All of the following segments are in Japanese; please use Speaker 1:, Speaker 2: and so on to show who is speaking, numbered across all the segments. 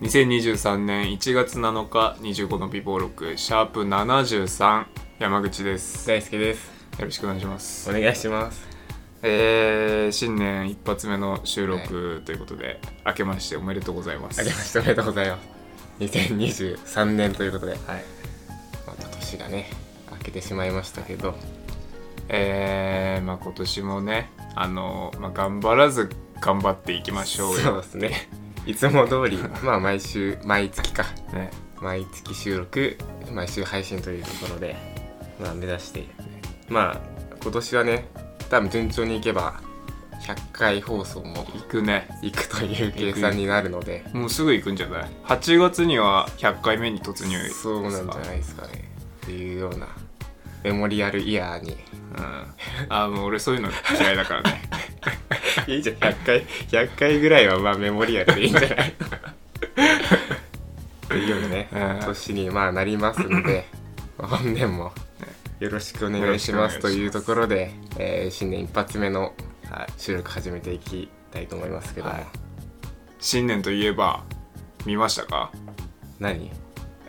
Speaker 1: 2023年1月7日25の美貌録シャープ73山口ですよ
Speaker 2: 大好きです
Speaker 1: ろしくお願いします
Speaker 2: お願いします
Speaker 1: えー、新年一発目の収録ということで、明けましておめでとうございます
Speaker 2: あけましておめでとうございます2023年ということで
Speaker 1: はい
Speaker 2: また年がね明けてしまいましたけど
Speaker 1: えー、まあ今年もねあの、まあ、頑張らず頑張っていきましょう
Speaker 2: そう
Speaker 1: よ、
Speaker 2: ですねいつも通 りまあ毎週毎月か
Speaker 1: ね、
Speaker 2: 毎月収録毎週配信というところでまあ目指してまあ今年はね多分順調にいけば100回放送も
Speaker 1: 行くね
Speaker 2: いくという計算になるので
Speaker 1: もうすぐ行くんじゃない8月には100回目に突入
Speaker 2: そうなんじゃないですかねっていうようなメモリアルイヤーに
Speaker 1: うん、あーもう俺そういうの嫌いだから ね
Speaker 2: いいじゃん100回100回ぐらいはまあメモリアルでいいんじゃないっていうようなね
Speaker 1: うん
Speaker 2: 年にまあなりますのでまあ本年もよろしくお願いします
Speaker 1: よろしくお願いします
Speaker 2: というところで、えー新年一発目の
Speaker 1: はい
Speaker 2: 収録始めていきたいと思いますけども、
Speaker 1: はい新年といえば見ましたか
Speaker 2: 何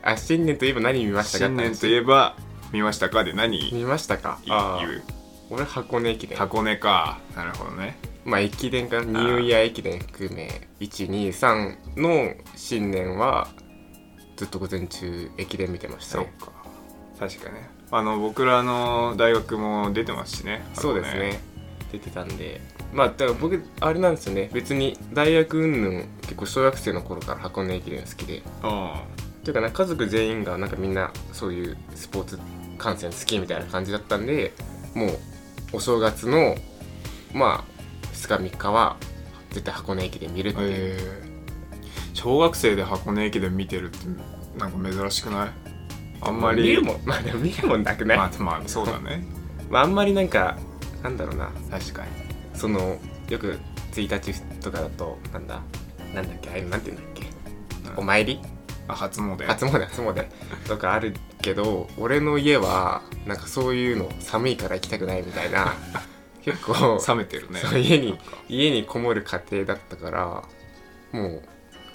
Speaker 2: あ新年といえば何見ましたか
Speaker 1: 新年といえば見ましたかで何言
Speaker 2: 見ましたかあ
Speaker 1: う
Speaker 2: ー俺箱根駅伝
Speaker 1: 箱根かなるほどね
Speaker 2: まあ駅伝かニューイヤー駅伝含め123の新年はずっと午前中駅伝見てましたね
Speaker 1: か確かねあの僕らの大学も出てますしね
Speaker 2: そうですね出てたんでまあだから僕あれなんですよね別に大学云々結構小学生の頃から箱根駅伝好きで
Speaker 1: 箱
Speaker 2: というかな家族全員がなんかみんなそういうスポーツ観戦好きみたいな感じだったんでもうお正月のまあ2日3日は絶対箱根駅伝見るって
Speaker 1: 根うん
Speaker 2: いう、
Speaker 1: えー小学生で箱根駅伝見てるってなんか珍しくないあんまり
Speaker 2: 見るもん まあでも見るもんなくない、
Speaker 1: まあまあそうだ ね
Speaker 2: まあ、あんまりなんかなんだろうな
Speaker 1: 確かに
Speaker 2: そのよく1日とかだとなんだなんだっけあれなんて言うんだっけ、
Speaker 1: うん
Speaker 2: お参り
Speaker 1: あ初詣
Speaker 2: 初詣初詣とかあるけど俺の家はなんかそういうの寒いから行きたくないみたい な結構
Speaker 1: 冷めてるね
Speaker 2: そう家に
Speaker 1: なんか
Speaker 2: 家にこもる家庭だったからもう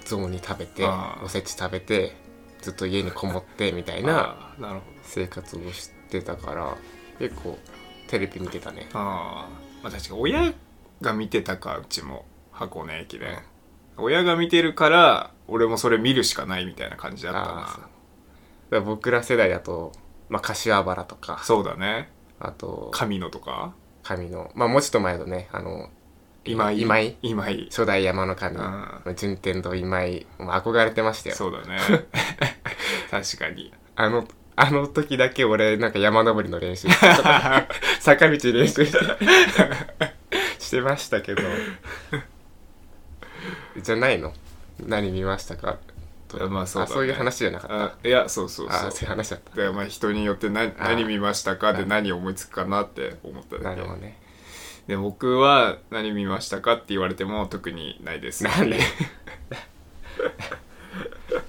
Speaker 2: 雑煮食べて
Speaker 1: あー
Speaker 2: おせち食べてずっと家にこもってみたいな
Speaker 1: あーなるほど
Speaker 2: 生活をしてたから結構テレビ見てたね
Speaker 1: あーまあ確か親が見てたかうちも箱根駅伝親が見てるから俺もそれ見るしかないみたいな感じだった
Speaker 2: あーそうだ
Speaker 1: な
Speaker 2: から僕ら世代だと、まあ、柏原とか
Speaker 1: そうだね
Speaker 2: あと
Speaker 1: 神野とか
Speaker 2: 神のまあもうちょっと前だとねあの
Speaker 1: 今井
Speaker 2: 今井
Speaker 1: 今井
Speaker 2: 初代山の神
Speaker 1: あ
Speaker 2: 順天堂今井、まあ、憧れてましたよ
Speaker 1: そうだ ね確かに
Speaker 2: あのあの時だけ俺なんか山登り の練習してた坂道練習して してましたけどじゃないの何見ましたか
Speaker 1: いやま あそうだね
Speaker 2: いう話じゃなかった
Speaker 1: あいやそうそう
Speaker 2: あ
Speaker 1: そ
Speaker 2: あそういう
Speaker 1: う
Speaker 2: 話だった
Speaker 1: でまあ人によって何
Speaker 2: あー
Speaker 1: 何見ましたかで
Speaker 2: あ
Speaker 1: 何思いつくかなって思った
Speaker 2: な
Speaker 1: だけ
Speaker 2: るほどね
Speaker 1: で僕は何見ましたかって言われても特にないです
Speaker 2: なん で
Speaker 1: だか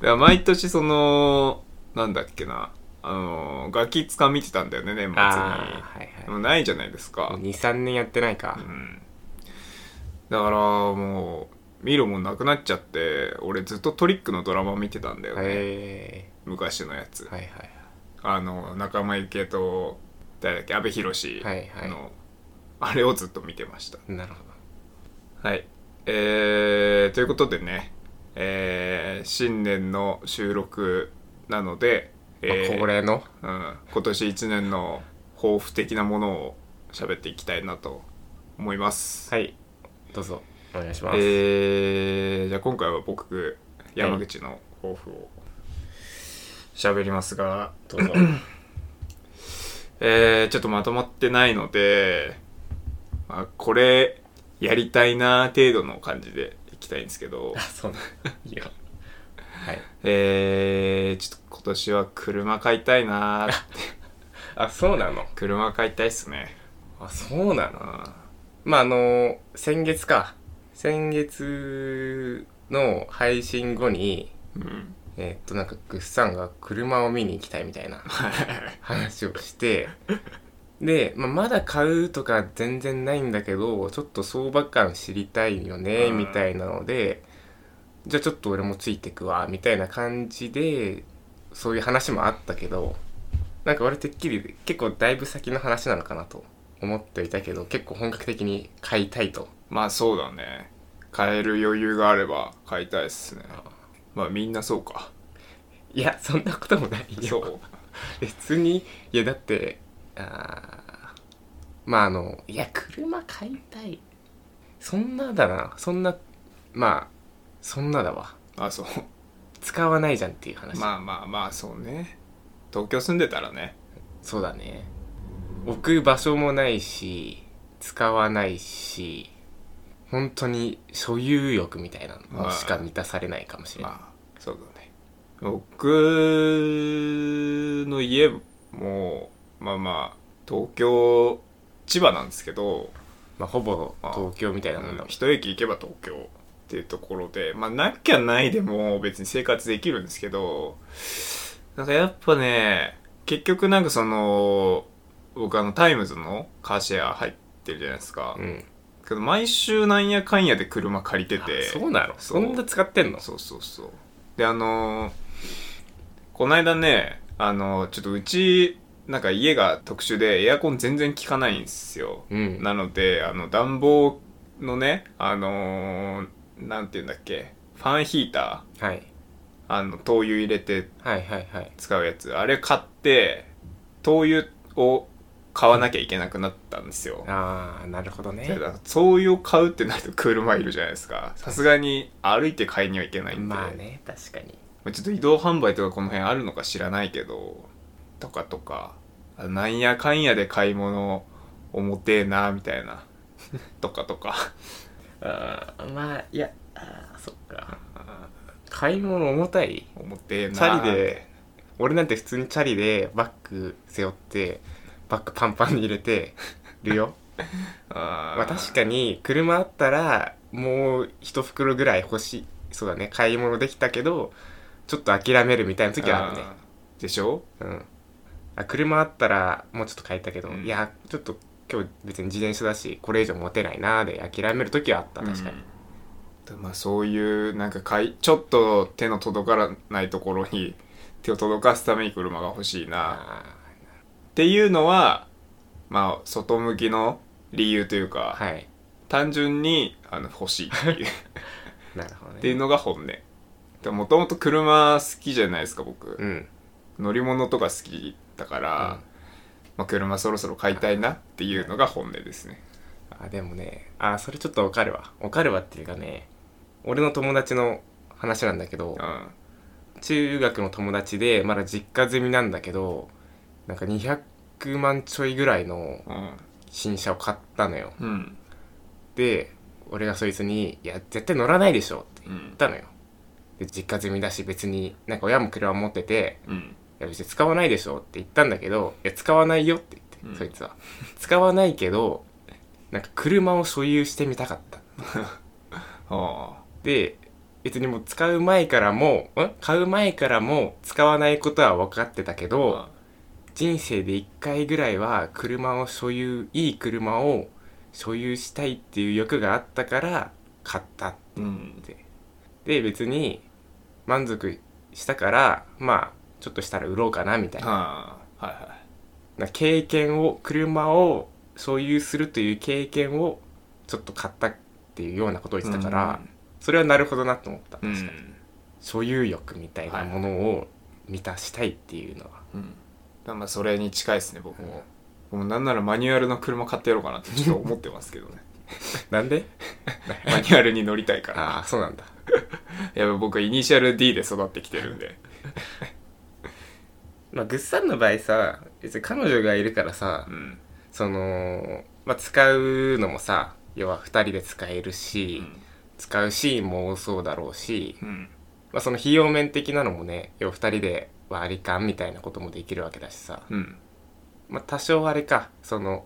Speaker 1: ら毎年そのなんだっけなあのガキつか見てたんだよね年末に、
Speaker 2: ああはいはい
Speaker 1: もうないじゃないですか、
Speaker 2: 23年やってないか、
Speaker 1: うん、だからもう見るもんなくなっちゃって俺ずっとトリックのドラマ見てたんだよね、
Speaker 2: へ
Speaker 1: 昔のやつ、
Speaker 2: えはいはい
Speaker 1: あの仲間由紀恵と誰だっけ阿部寛の、
Speaker 2: はいはい
Speaker 1: あれをずっと見てました
Speaker 2: はいなるほど
Speaker 1: はい。えー、ということでね、えー、新年の収録なので、え
Speaker 2: ま
Speaker 1: ー
Speaker 2: あ、恒例の
Speaker 1: うん、今年1年の抱負的なものを喋っていきたいなと思います。
Speaker 2: はいどうぞお願いします、
Speaker 1: えー、じゃあ今回は僕、山口の抱負を喋りますが、
Speaker 2: ど うぞ
Speaker 1: えー、ちょっとまとまってないので、まあ、これやりたいな程度の感じでいきたいんですけど
Speaker 2: あ、そうなん いいよはい
Speaker 1: えー、ちょっと今年は車買いたいなー
Speaker 2: あそうなの
Speaker 1: 車買いたいっすね
Speaker 2: あそうなの
Speaker 1: あ
Speaker 2: まああの先月か先月の配信後に
Speaker 1: ーうん
Speaker 2: えっとなんかグッサンが車を見に行きたいみたいな話をしてで、まあ、まだ買うとか全然ないんだけどちょっと相場感知りたいよね
Speaker 1: うん
Speaker 2: みたいなので、じゃあちょっと俺もついてくわみたいな感じでそういう話もあったけどなんか俺てっきり結構だいぶ先の話なのかなと思っていたけど結構本格的に買いたいと
Speaker 1: まあそうだね買える余裕があれば買いたいっすねまあみんなそうか
Speaker 2: いやそんなこともない
Speaker 1: そ
Speaker 2: よ
Speaker 1: う
Speaker 2: 別にいやだってあーまああのいや車買いたいそんなだなそんなまあそんなだわ
Speaker 1: あそう
Speaker 2: 使わないじゃんっていう話、
Speaker 1: まあまあまあそうね東京住んでたらね
Speaker 2: そうだね置く場所もないし使わないし本当に所有欲みたいなのしか満たされないかもしれない、
Speaker 1: まあそうだね僕の家もまあまあ東京千葉なんですけど
Speaker 2: まあ、ほぼ東京みたいなもんだもん
Speaker 1: 一駅行けば東京っていうところでまあなきゃないでも別に生活できるんですけどなんかやっぱね結局なんかその僕あのタイムズのカーシェア入ってるじゃないですか、
Speaker 2: うん
Speaker 1: けど毎週なんやかんやで車借りて
Speaker 2: あ
Speaker 1: て
Speaker 2: そうなの
Speaker 1: そ
Speaker 2: そうそんな使ってんの
Speaker 1: そうそうそうであのーこないだねあのーちょっとうちなんか家が特殊でエアコン全然効かないんですよ、
Speaker 2: うん
Speaker 1: なのであの暖房のねあのーなんて言うんだっけファンヒータ
Speaker 2: はい、
Speaker 1: ーあの灯油入れて
Speaker 2: はいはいはい
Speaker 1: 使うやつあれ買って灯油を買わなきゃいけなくなったんですよ、
Speaker 2: ああなるほどね
Speaker 1: いやだから灯油を買うってなると 車いるじゃないですかさすがに歩いて買いにはいけないんで、
Speaker 2: まあね確かに
Speaker 1: まあちょっと移動販売とかこの辺あるのか知らないけどとかとかあなんやかんやで買い物重てえなみたい なとかとか
Speaker 2: あーまあいやあーそっか買い物重たい
Speaker 1: 重てえな
Speaker 2: チャリで俺なんて普通にチャリでバッグ背負ってバッグパンパンに入れてるよ
Speaker 1: あー
Speaker 2: ま あ確かに車あったらもう一袋ぐらい欲しいそうだね買い物できたけどちょっと諦めるみたいな時はあるね
Speaker 1: あーでしょ
Speaker 2: うんあ車あったらもうちょっと買いたけど、
Speaker 1: うん
Speaker 2: いやちょっと今日別に自転車だしこれ以上持てないなーで諦める時はあった確かに、
Speaker 1: うんまあそういうなんかかいちょっと手の届かないところに手を届かすために車が欲しいな
Speaker 2: あ
Speaker 1: っていうのはまあ外向きの理由というか、
Speaker 2: あはい
Speaker 1: 単純にあの欲しいっていうっ
Speaker 2: なるほどね
Speaker 1: ていうのが本音でもともと車好きじゃないですか僕、
Speaker 2: うん
Speaker 1: 乗り物とか好きだから、まあ、車そろそろ買いたいなっていうのが本音ですね
Speaker 2: あでもねあそれちょっとわかるわわかるわっていうかね俺の友達の話なんだけど
Speaker 1: うん
Speaker 2: 中学の友達でまだ実家済みなんだけどなんか200万ちょいぐらいの
Speaker 1: うん
Speaker 2: 新車を買ったのよ
Speaker 1: うん
Speaker 2: で俺がそいつに「いや絶対乗らないでしょ」って
Speaker 1: う
Speaker 2: 言っ
Speaker 1: ん
Speaker 2: たのよで実家済みだし別になんか親も車持ってて
Speaker 1: うん
Speaker 2: いや別に使わないでしょって言ったんだけどいや使わないよって言って、
Speaker 1: うん
Speaker 2: そいつは使わないけどなんか車を所有してみたかった
Speaker 1: あ
Speaker 2: で別にもう使う前からもん買う前からも使わないことは分かってたけど
Speaker 1: あ
Speaker 2: 人生で1回ぐらいは車を所有いい車を所有したいっていう欲があったから買った
Speaker 1: うん
Speaker 2: で別に満足したからまあちょっとしたら売ろうかなみたいな
Speaker 1: はあはいはい
Speaker 2: な経験を車を所有するという経験をちょっと買ったっていうようなことを言ってたから、それはなるほどなと思った、
Speaker 1: うん、
Speaker 2: 確かに所有欲みたいなものを満たしたいっていうのは、
Speaker 1: うんうんまあそれに近いですね僕も、僕もなんならマニュアルの車買ってやろうかなってちょっと思ってますけどね
Speaker 2: なんで
Speaker 1: マニュアルに乗りたいから
Speaker 2: ああそうなんだ
Speaker 1: やっぱ僕イニシャル D で育ってきてるんで
Speaker 2: まあぐっさんの場合さ別に彼女がいるからさ、
Speaker 1: うん
Speaker 2: その、まあ、使うのもさ要は2人で使えるし、使うシーンも多そうだろうし、
Speaker 1: うん
Speaker 2: まあ、その費用面的なのもね要は2人で割り勘みたいなこともできるわけだしさ、
Speaker 1: うん
Speaker 2: まあ、多少あれかその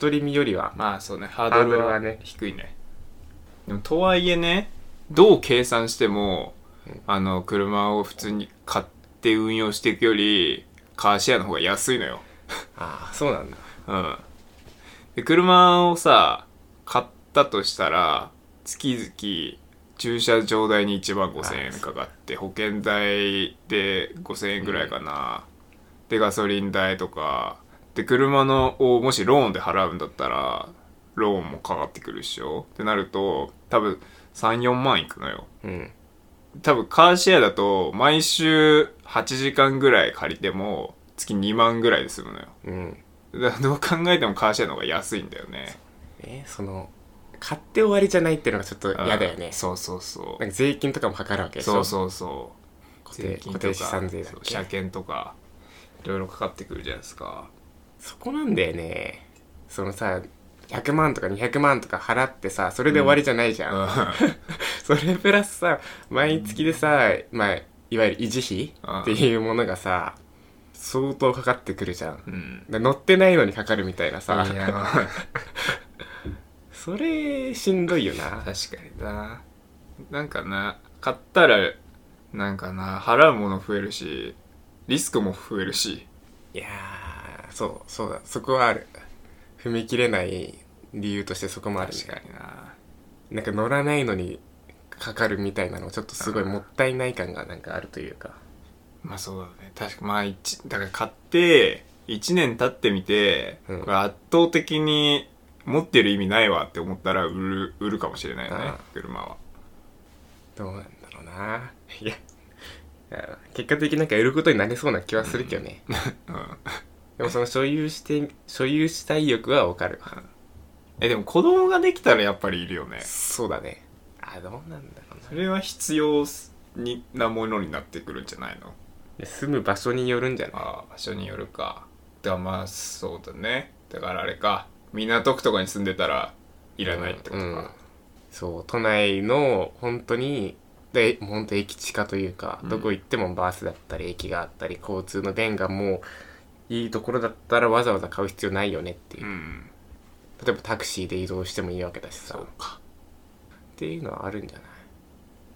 Speaker 2: 独り身よりは
Speaker 1: まあそうねハードルは
Speaker 2: ハードルはね
Speaker 1: 低いねでもとはいえねどう計算しても、
Speaker 2: うん
Speaker 1: あの車を普通に買って運用していくよりカーシェアの方が安いのよ
Speaker 2: ああそうなんだ
Speaker 1: うんで車をさ買ったとしたら月々駐車場代に1万5000円かかって保険代で5000円ぐらいかな、でガソリン代とかで車のをもしローンで払うんだったらローンもかかってくるっしょってなると多分34万いくのよ
Speaker 2: うん
Speaker 1: 多分カーシェアだと毎週8時間ぐらい借りても月2万ぐらいで済むのよ
Speaker 2: うん
Speaker 1: だからどう考えてもカーシェアの方が安いんだよね
Speaker 2: えその買って終わりじゃないっていうのがちょっと嫌だよ
Speaker 1: うん
Speaker 2: ね
Speaker 1: そうそうそ
Speaker 2: なんか税金とかもかかるわけ
Speaker 1: う
Speaker 2: でし
Speaker 1: そ
Speaker 2: ょ
Speaker 1: うそうそう
Speaker 2: 固定固定資産税だっ
Speaker 1: そう
Speaker 2: け
Speaker 1: 車検とかいろいろかかってくるじゃないですか
Speaker 2: そこなんだよねそのさ100万とか200万とか払ってさそれで終わりじゃないじゃん、それプラスさ毎月でさ、まあ、いわゆる維持
Speaker 1: うん
Speaker 2: 費っていうものがさ相当かかってくるじゃん
Speaker 1: う、ん
Speaker 2: で乗ってないのにかかるみたいなさ
Speaker 1: いや
Speaker 2: それしんどいよな
Speaker 1: 確かにななんかな買ったらなんかな払うもの増えるしリスクも増えるし
Speaker 2: いやーそうそうだそこはある踏み切れない理由としてそこもあるね
Speaker 1: 確かにな
Speaker 2: なんか乗らないのにかかるみたいなのちょっとすごいもったいない感がなんかあるというか
Speaker 1: まあそうだね確かまあ一だから買って1年経ってみて、
Speaker 2: うん
Speaker 1: これ圧倒的に持ってる意味ないわって思ったら売る売るかもしれないよね
Speaker 2: ああ
Speaker 1: 車は
Speaker 2: どうなんだろうないやいや結果的になんかやることになりそうな気はするけどね、
Speaker 1: うん
Speaker 2: でもその所有して所有したい欲はわかる
Speaker 1: えでも子供ができたらやっぱりいるよね
Speaker 2: そうだねあどうなんだろうな
Speaker 1: それは必要になものになってくるんじゃないの
Speaker 2: で住む場所によるんじゃない
Speaker 1: ああ場所によるかだからまあそうだねだからあれか港区とかに住んでたらいらないってことか、
Speaker 2: うんうんそう都内の本当にでもう本当駅地下というか、
Speaker 1: うん
Speaker 2: どこ行ってもバスだったり駅があったり交通の便がもういいところだったらわざわざ買う必要ないよねっていう、
Speaker 1: うん
Speaker 2: 例えばタクシーで移動してもいいわけだしさ
Speaker 1: そうか
Speaker 2: っていうのはあるんじゃない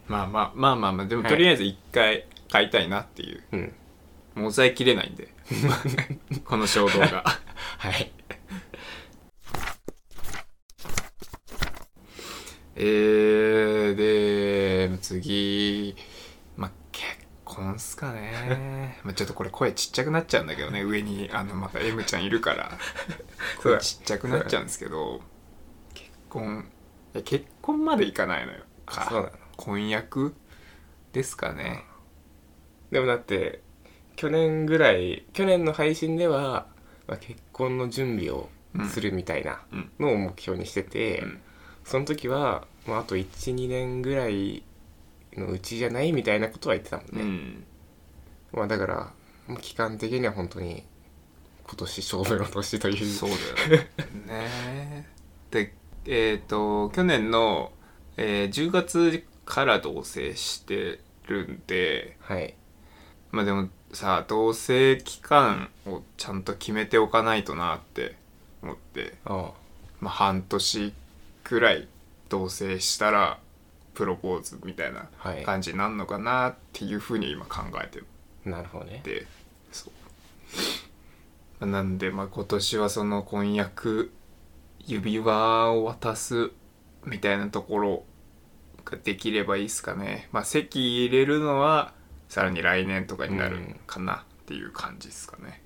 Speaker 1: まあまあまあまあまあでも
Speaker 2: はい
Speaker 1: とりあえず一回買いたいなっていう、
Speaker 2: うん
Speaker 1: もう抑えきれないんでこの衝動が
Speaker 2: はい
Speaker 1: えー、で次まあ結婚っすかねまあちょっとこれ声ちっちゃくなっちゃうんだけどね上にあのまた M ちゃんいるから
Speaker 2: そ
Speaker 1: 声
Speaker 2: うだ
Speaker 1: ちっちゃくなっちゃうんですけど結婚いや結婚までいかないのよ
Speaker 2: あ そうなの
Speaker 1: 婚約ですかね
Speaker 2: でもだって去年ぐらい去年の配信では、まあ、結婚の準備をするみたいな
Speaker 1: うん
Speaker 2: のを目標にしてて、
Speaker 1: うん
Speaker 2: その時は、まあ、あと12年ぐらいのうちじゃないみたいなことは言ってたもん
Speaker 1: う
Speaker 2: ね、
Speaker 1: ん
Speaker 2: まあ、だからまあ期間的には本当に今年勝負の年という
Speaker 1: そうだよねねでえっ、と去年の、えー10月から同棲してるんで
Speaker 2: はい
Speaker 1: まあでもさ同棲期間をちゃんと決めておかないとなって思って、
Speaker 2: あ
Speaker 1: まあ、半年くらい同棲したらプロポーズみたいな
Speaker 2: はい
Speaker 1: 感じになるのかなっていうふうに今考えて
Speaker 2: あなるほどね
Speaker 1: てそうまあ なんでまあ今年はその婚約指輪を渡すみたいなところができればいいっすかねまあ籍入れるのはさらに来年とかになるかなっていう感じですかね、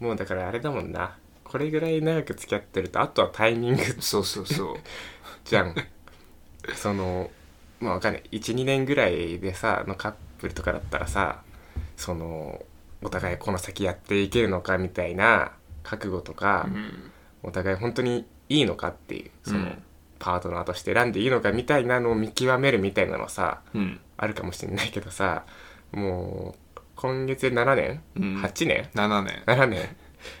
Speaker 2: もうだからあれだもんなこれぐらい長く付き合ってるとあとはタイミング
Speaker 1: そうそうそう
Speaker 2: じゃんそのまあわかんない12年ぐらいでさのカップルとかだったらさそのお互いこの先やっていけるのかみたいな覚悟とか、
Speaker 1: うん
Speaker 2: お互い本当にいいのかっていうその、
Speaker 1: うん
Speaker 2: パートナーとして選んでいいのかみたいなのを見極めるみたいなのさ
Speaker 1: うん
Speaker 2: あるかもしれないけどさもう今月で7年、
Speaker 1: うん
Speaker 2: 8年
Speaker 1: 7年
Speaker 2: 7年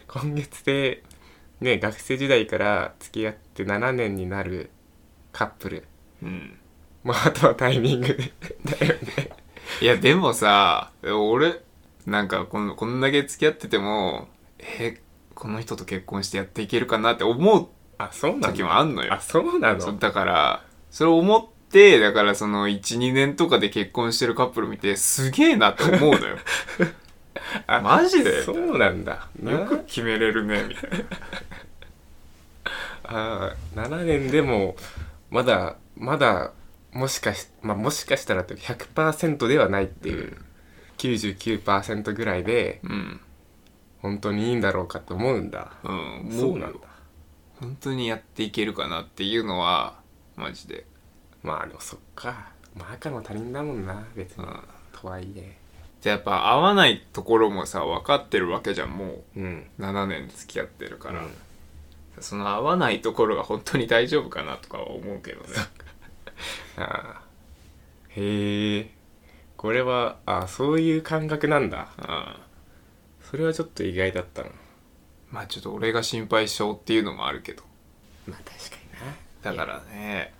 Speaker 2: 今月でね学生時代から付き合って7年になるカップル
Speaker 1: うん
Speaker 2: まああとはタイミングでだよね
Speaker 1: いやでもさ俺なんかこのこんだけ付き合っててもえこの人と結婚してやっていけるかなって思う
Speaker 2: あそうなの
Speaker 1: 時もあんのよ
Speaker 2: あそうな
Speaker 1: そう
Speaker 2: の
Speaker 1: だからそれを思ってだからその12年とかで結婚してるカップル見てすげえなって思うのよ
Speaker 2: あ
Speaker 1: マジで
Speaker 2: そうなんだ
Speaker 1: よ
Speaker 2: な
Speaker 1: く決めれるねみたいな
Speaker 2: あー7年でもまだまだもしかし、まあ、もしかしたらというか100%ではないっていう、99%ぐらいで
Speaker 1: うん
Speaker 2: 本当にいいんだろうかと思うんだ
Speaker 1: うん
Speaker 2: そ
Speaker 1: そううな
Speaker 2: な
Speaker 1: んん
Speaker 2: だ
Speaker 1: だ本当にやっていけるかなっていうのはマジで
Speaker 2: まあでもそっかまあ赤の他人だもんな別
Speaker 1: う
Speaker 2: に
Speaker 1: ん
Speaker 2: とはいえ
Speaker 1: じゃあやっぱ合わないところもさ分かってるわけじゃんも
Speaker 2: うん
Speaker 1: う7年付き合ってるから、
Speaker 2: うん
Speaker 1: その合わないところが本当に大丈夫かなとかは思うけ どね
Speaker 2: ああへえこれはああそういう感覚なんだ
Speaker 1: うん
Speaker 2: それはちょっと意外だったな
Speaker 1: まあちょっと俺が心配性っていうのもあるけど
Speaker 2: まあ確か
Speaker 1: だからね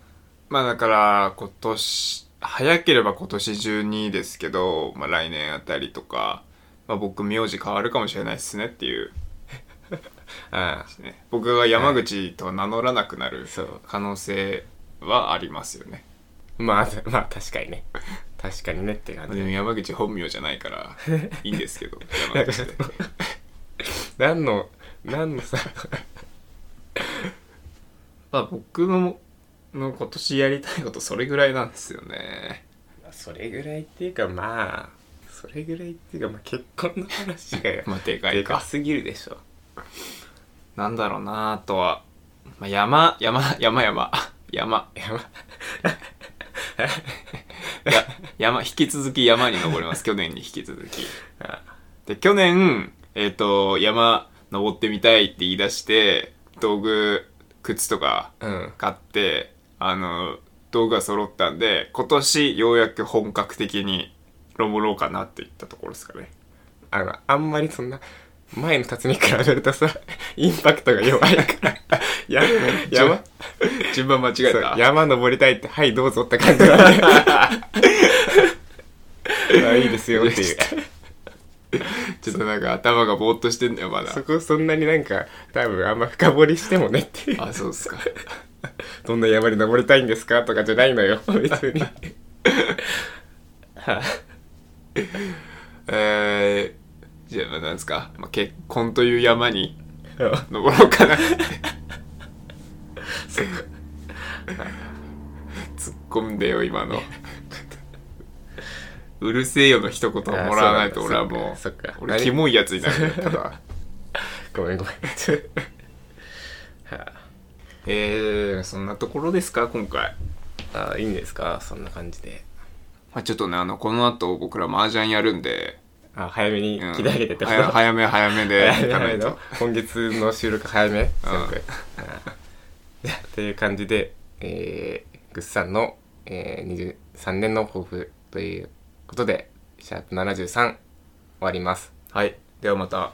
Speaker 1: まあだから今年早ければ今年中にですけど、まあ、来年あたりとか、まあ、僕名字変わるかもしれないっすねっていう、
Speaker 2: あ
Speaker 1: ね、僕が山口と名乗らなくなる
Speaker 2: そう
Speaker 1: 可能性はありますよね
Speaker 2: あ まあまあ確かにね確かにねって感
Speaker 1: まあ
Speaker 2: じ
Speaker 1: でも山口本名じゃないから いいんですけど山口で
Speaker 2: 何の何のさ
Speaker 1: まあ僕のの今年やりたいことそれぐらいなんですよね
Speaker 2: それぐらいっていうかまあそれぐらいっていうか、まあ、結婚の話 がよ
Speaker 1: まあでか
Speaker 2: で
Speaker 1: い
Speaker 2: か
Speaker 1: か
Speaker 2: すぎるでしょ
Speaker 1: なんだろうなとは、まあ、山山山山山
Speaker 2: いやま
Speaker 1: や山引き続き山に登ります去年に引き続き
Speaker 2: あ
Speaker 1: で去年えっ、と山登ってみたいって言い出して道具靴とか
Speaker 2: うん
Speaker 1: 買ってあの道具が揃ったんで今年ようやく本格的に登ろうかなっていったところですかね
Speaker 2: あのあんまりそんな前の辰巳からべるとさインパクトが弱いから や山
Speaker 1: 順順番間違え
Speaker 2: そう
Speaker 1: た
Speaker 2: 山登りたいって「はいどうぞ」って感じなん であいいですよっていう
Speaker 1: ちょっとなんか頭がぼーっとしてんだよまだ
Speaker 2: そこそんなになんか多分あんま深掘りしてもねっていう
Speaker 1: あそうっすか
Speaker 2: どんな山に登りたいんですかとかじゃないのよ 別に
Speaker 1: えー、じゃあまあなんですか、まあ、結婚という山に登ろうかなって突っ込んでよ今の うるせえよの一言をもらわないと
Speaker 2: あそう
Speaker 1: 俺
Speaker 2: な
Speaker 1: は
Speaker 2: んだ
Speaker 1: もう
Speaker 2: そっかそっか
Speaker 1: 俺
Speaker 2: 何
Speaker 1: キモいやつにな るよただ
Speaker 2: ごめんごめんは
Speaker 1: えー、そんなところですか今回、
Speaker 2: ああいいんですかそんな感じで
Speaker 1: まあ、ちょっとねあのこの後僕ら麻雀やるんで、
Speaker 2: あ早めに
Speaker 1: うん
Speaker 2: 切り上げてって
Speaker 1: 早早め早めで
Speaker 2: 早め
Speaker 1: 行かな
Speaker 2: 早
Speaker 1: い
Speaker 2: め
Speaker 1: と
Speaker 2: の今月の収録早めすごくあじゃあという感じで、えー、ぐっさんの、えー、23年の抱負ということでシャープ73終わります
Speaker 1: はいではまた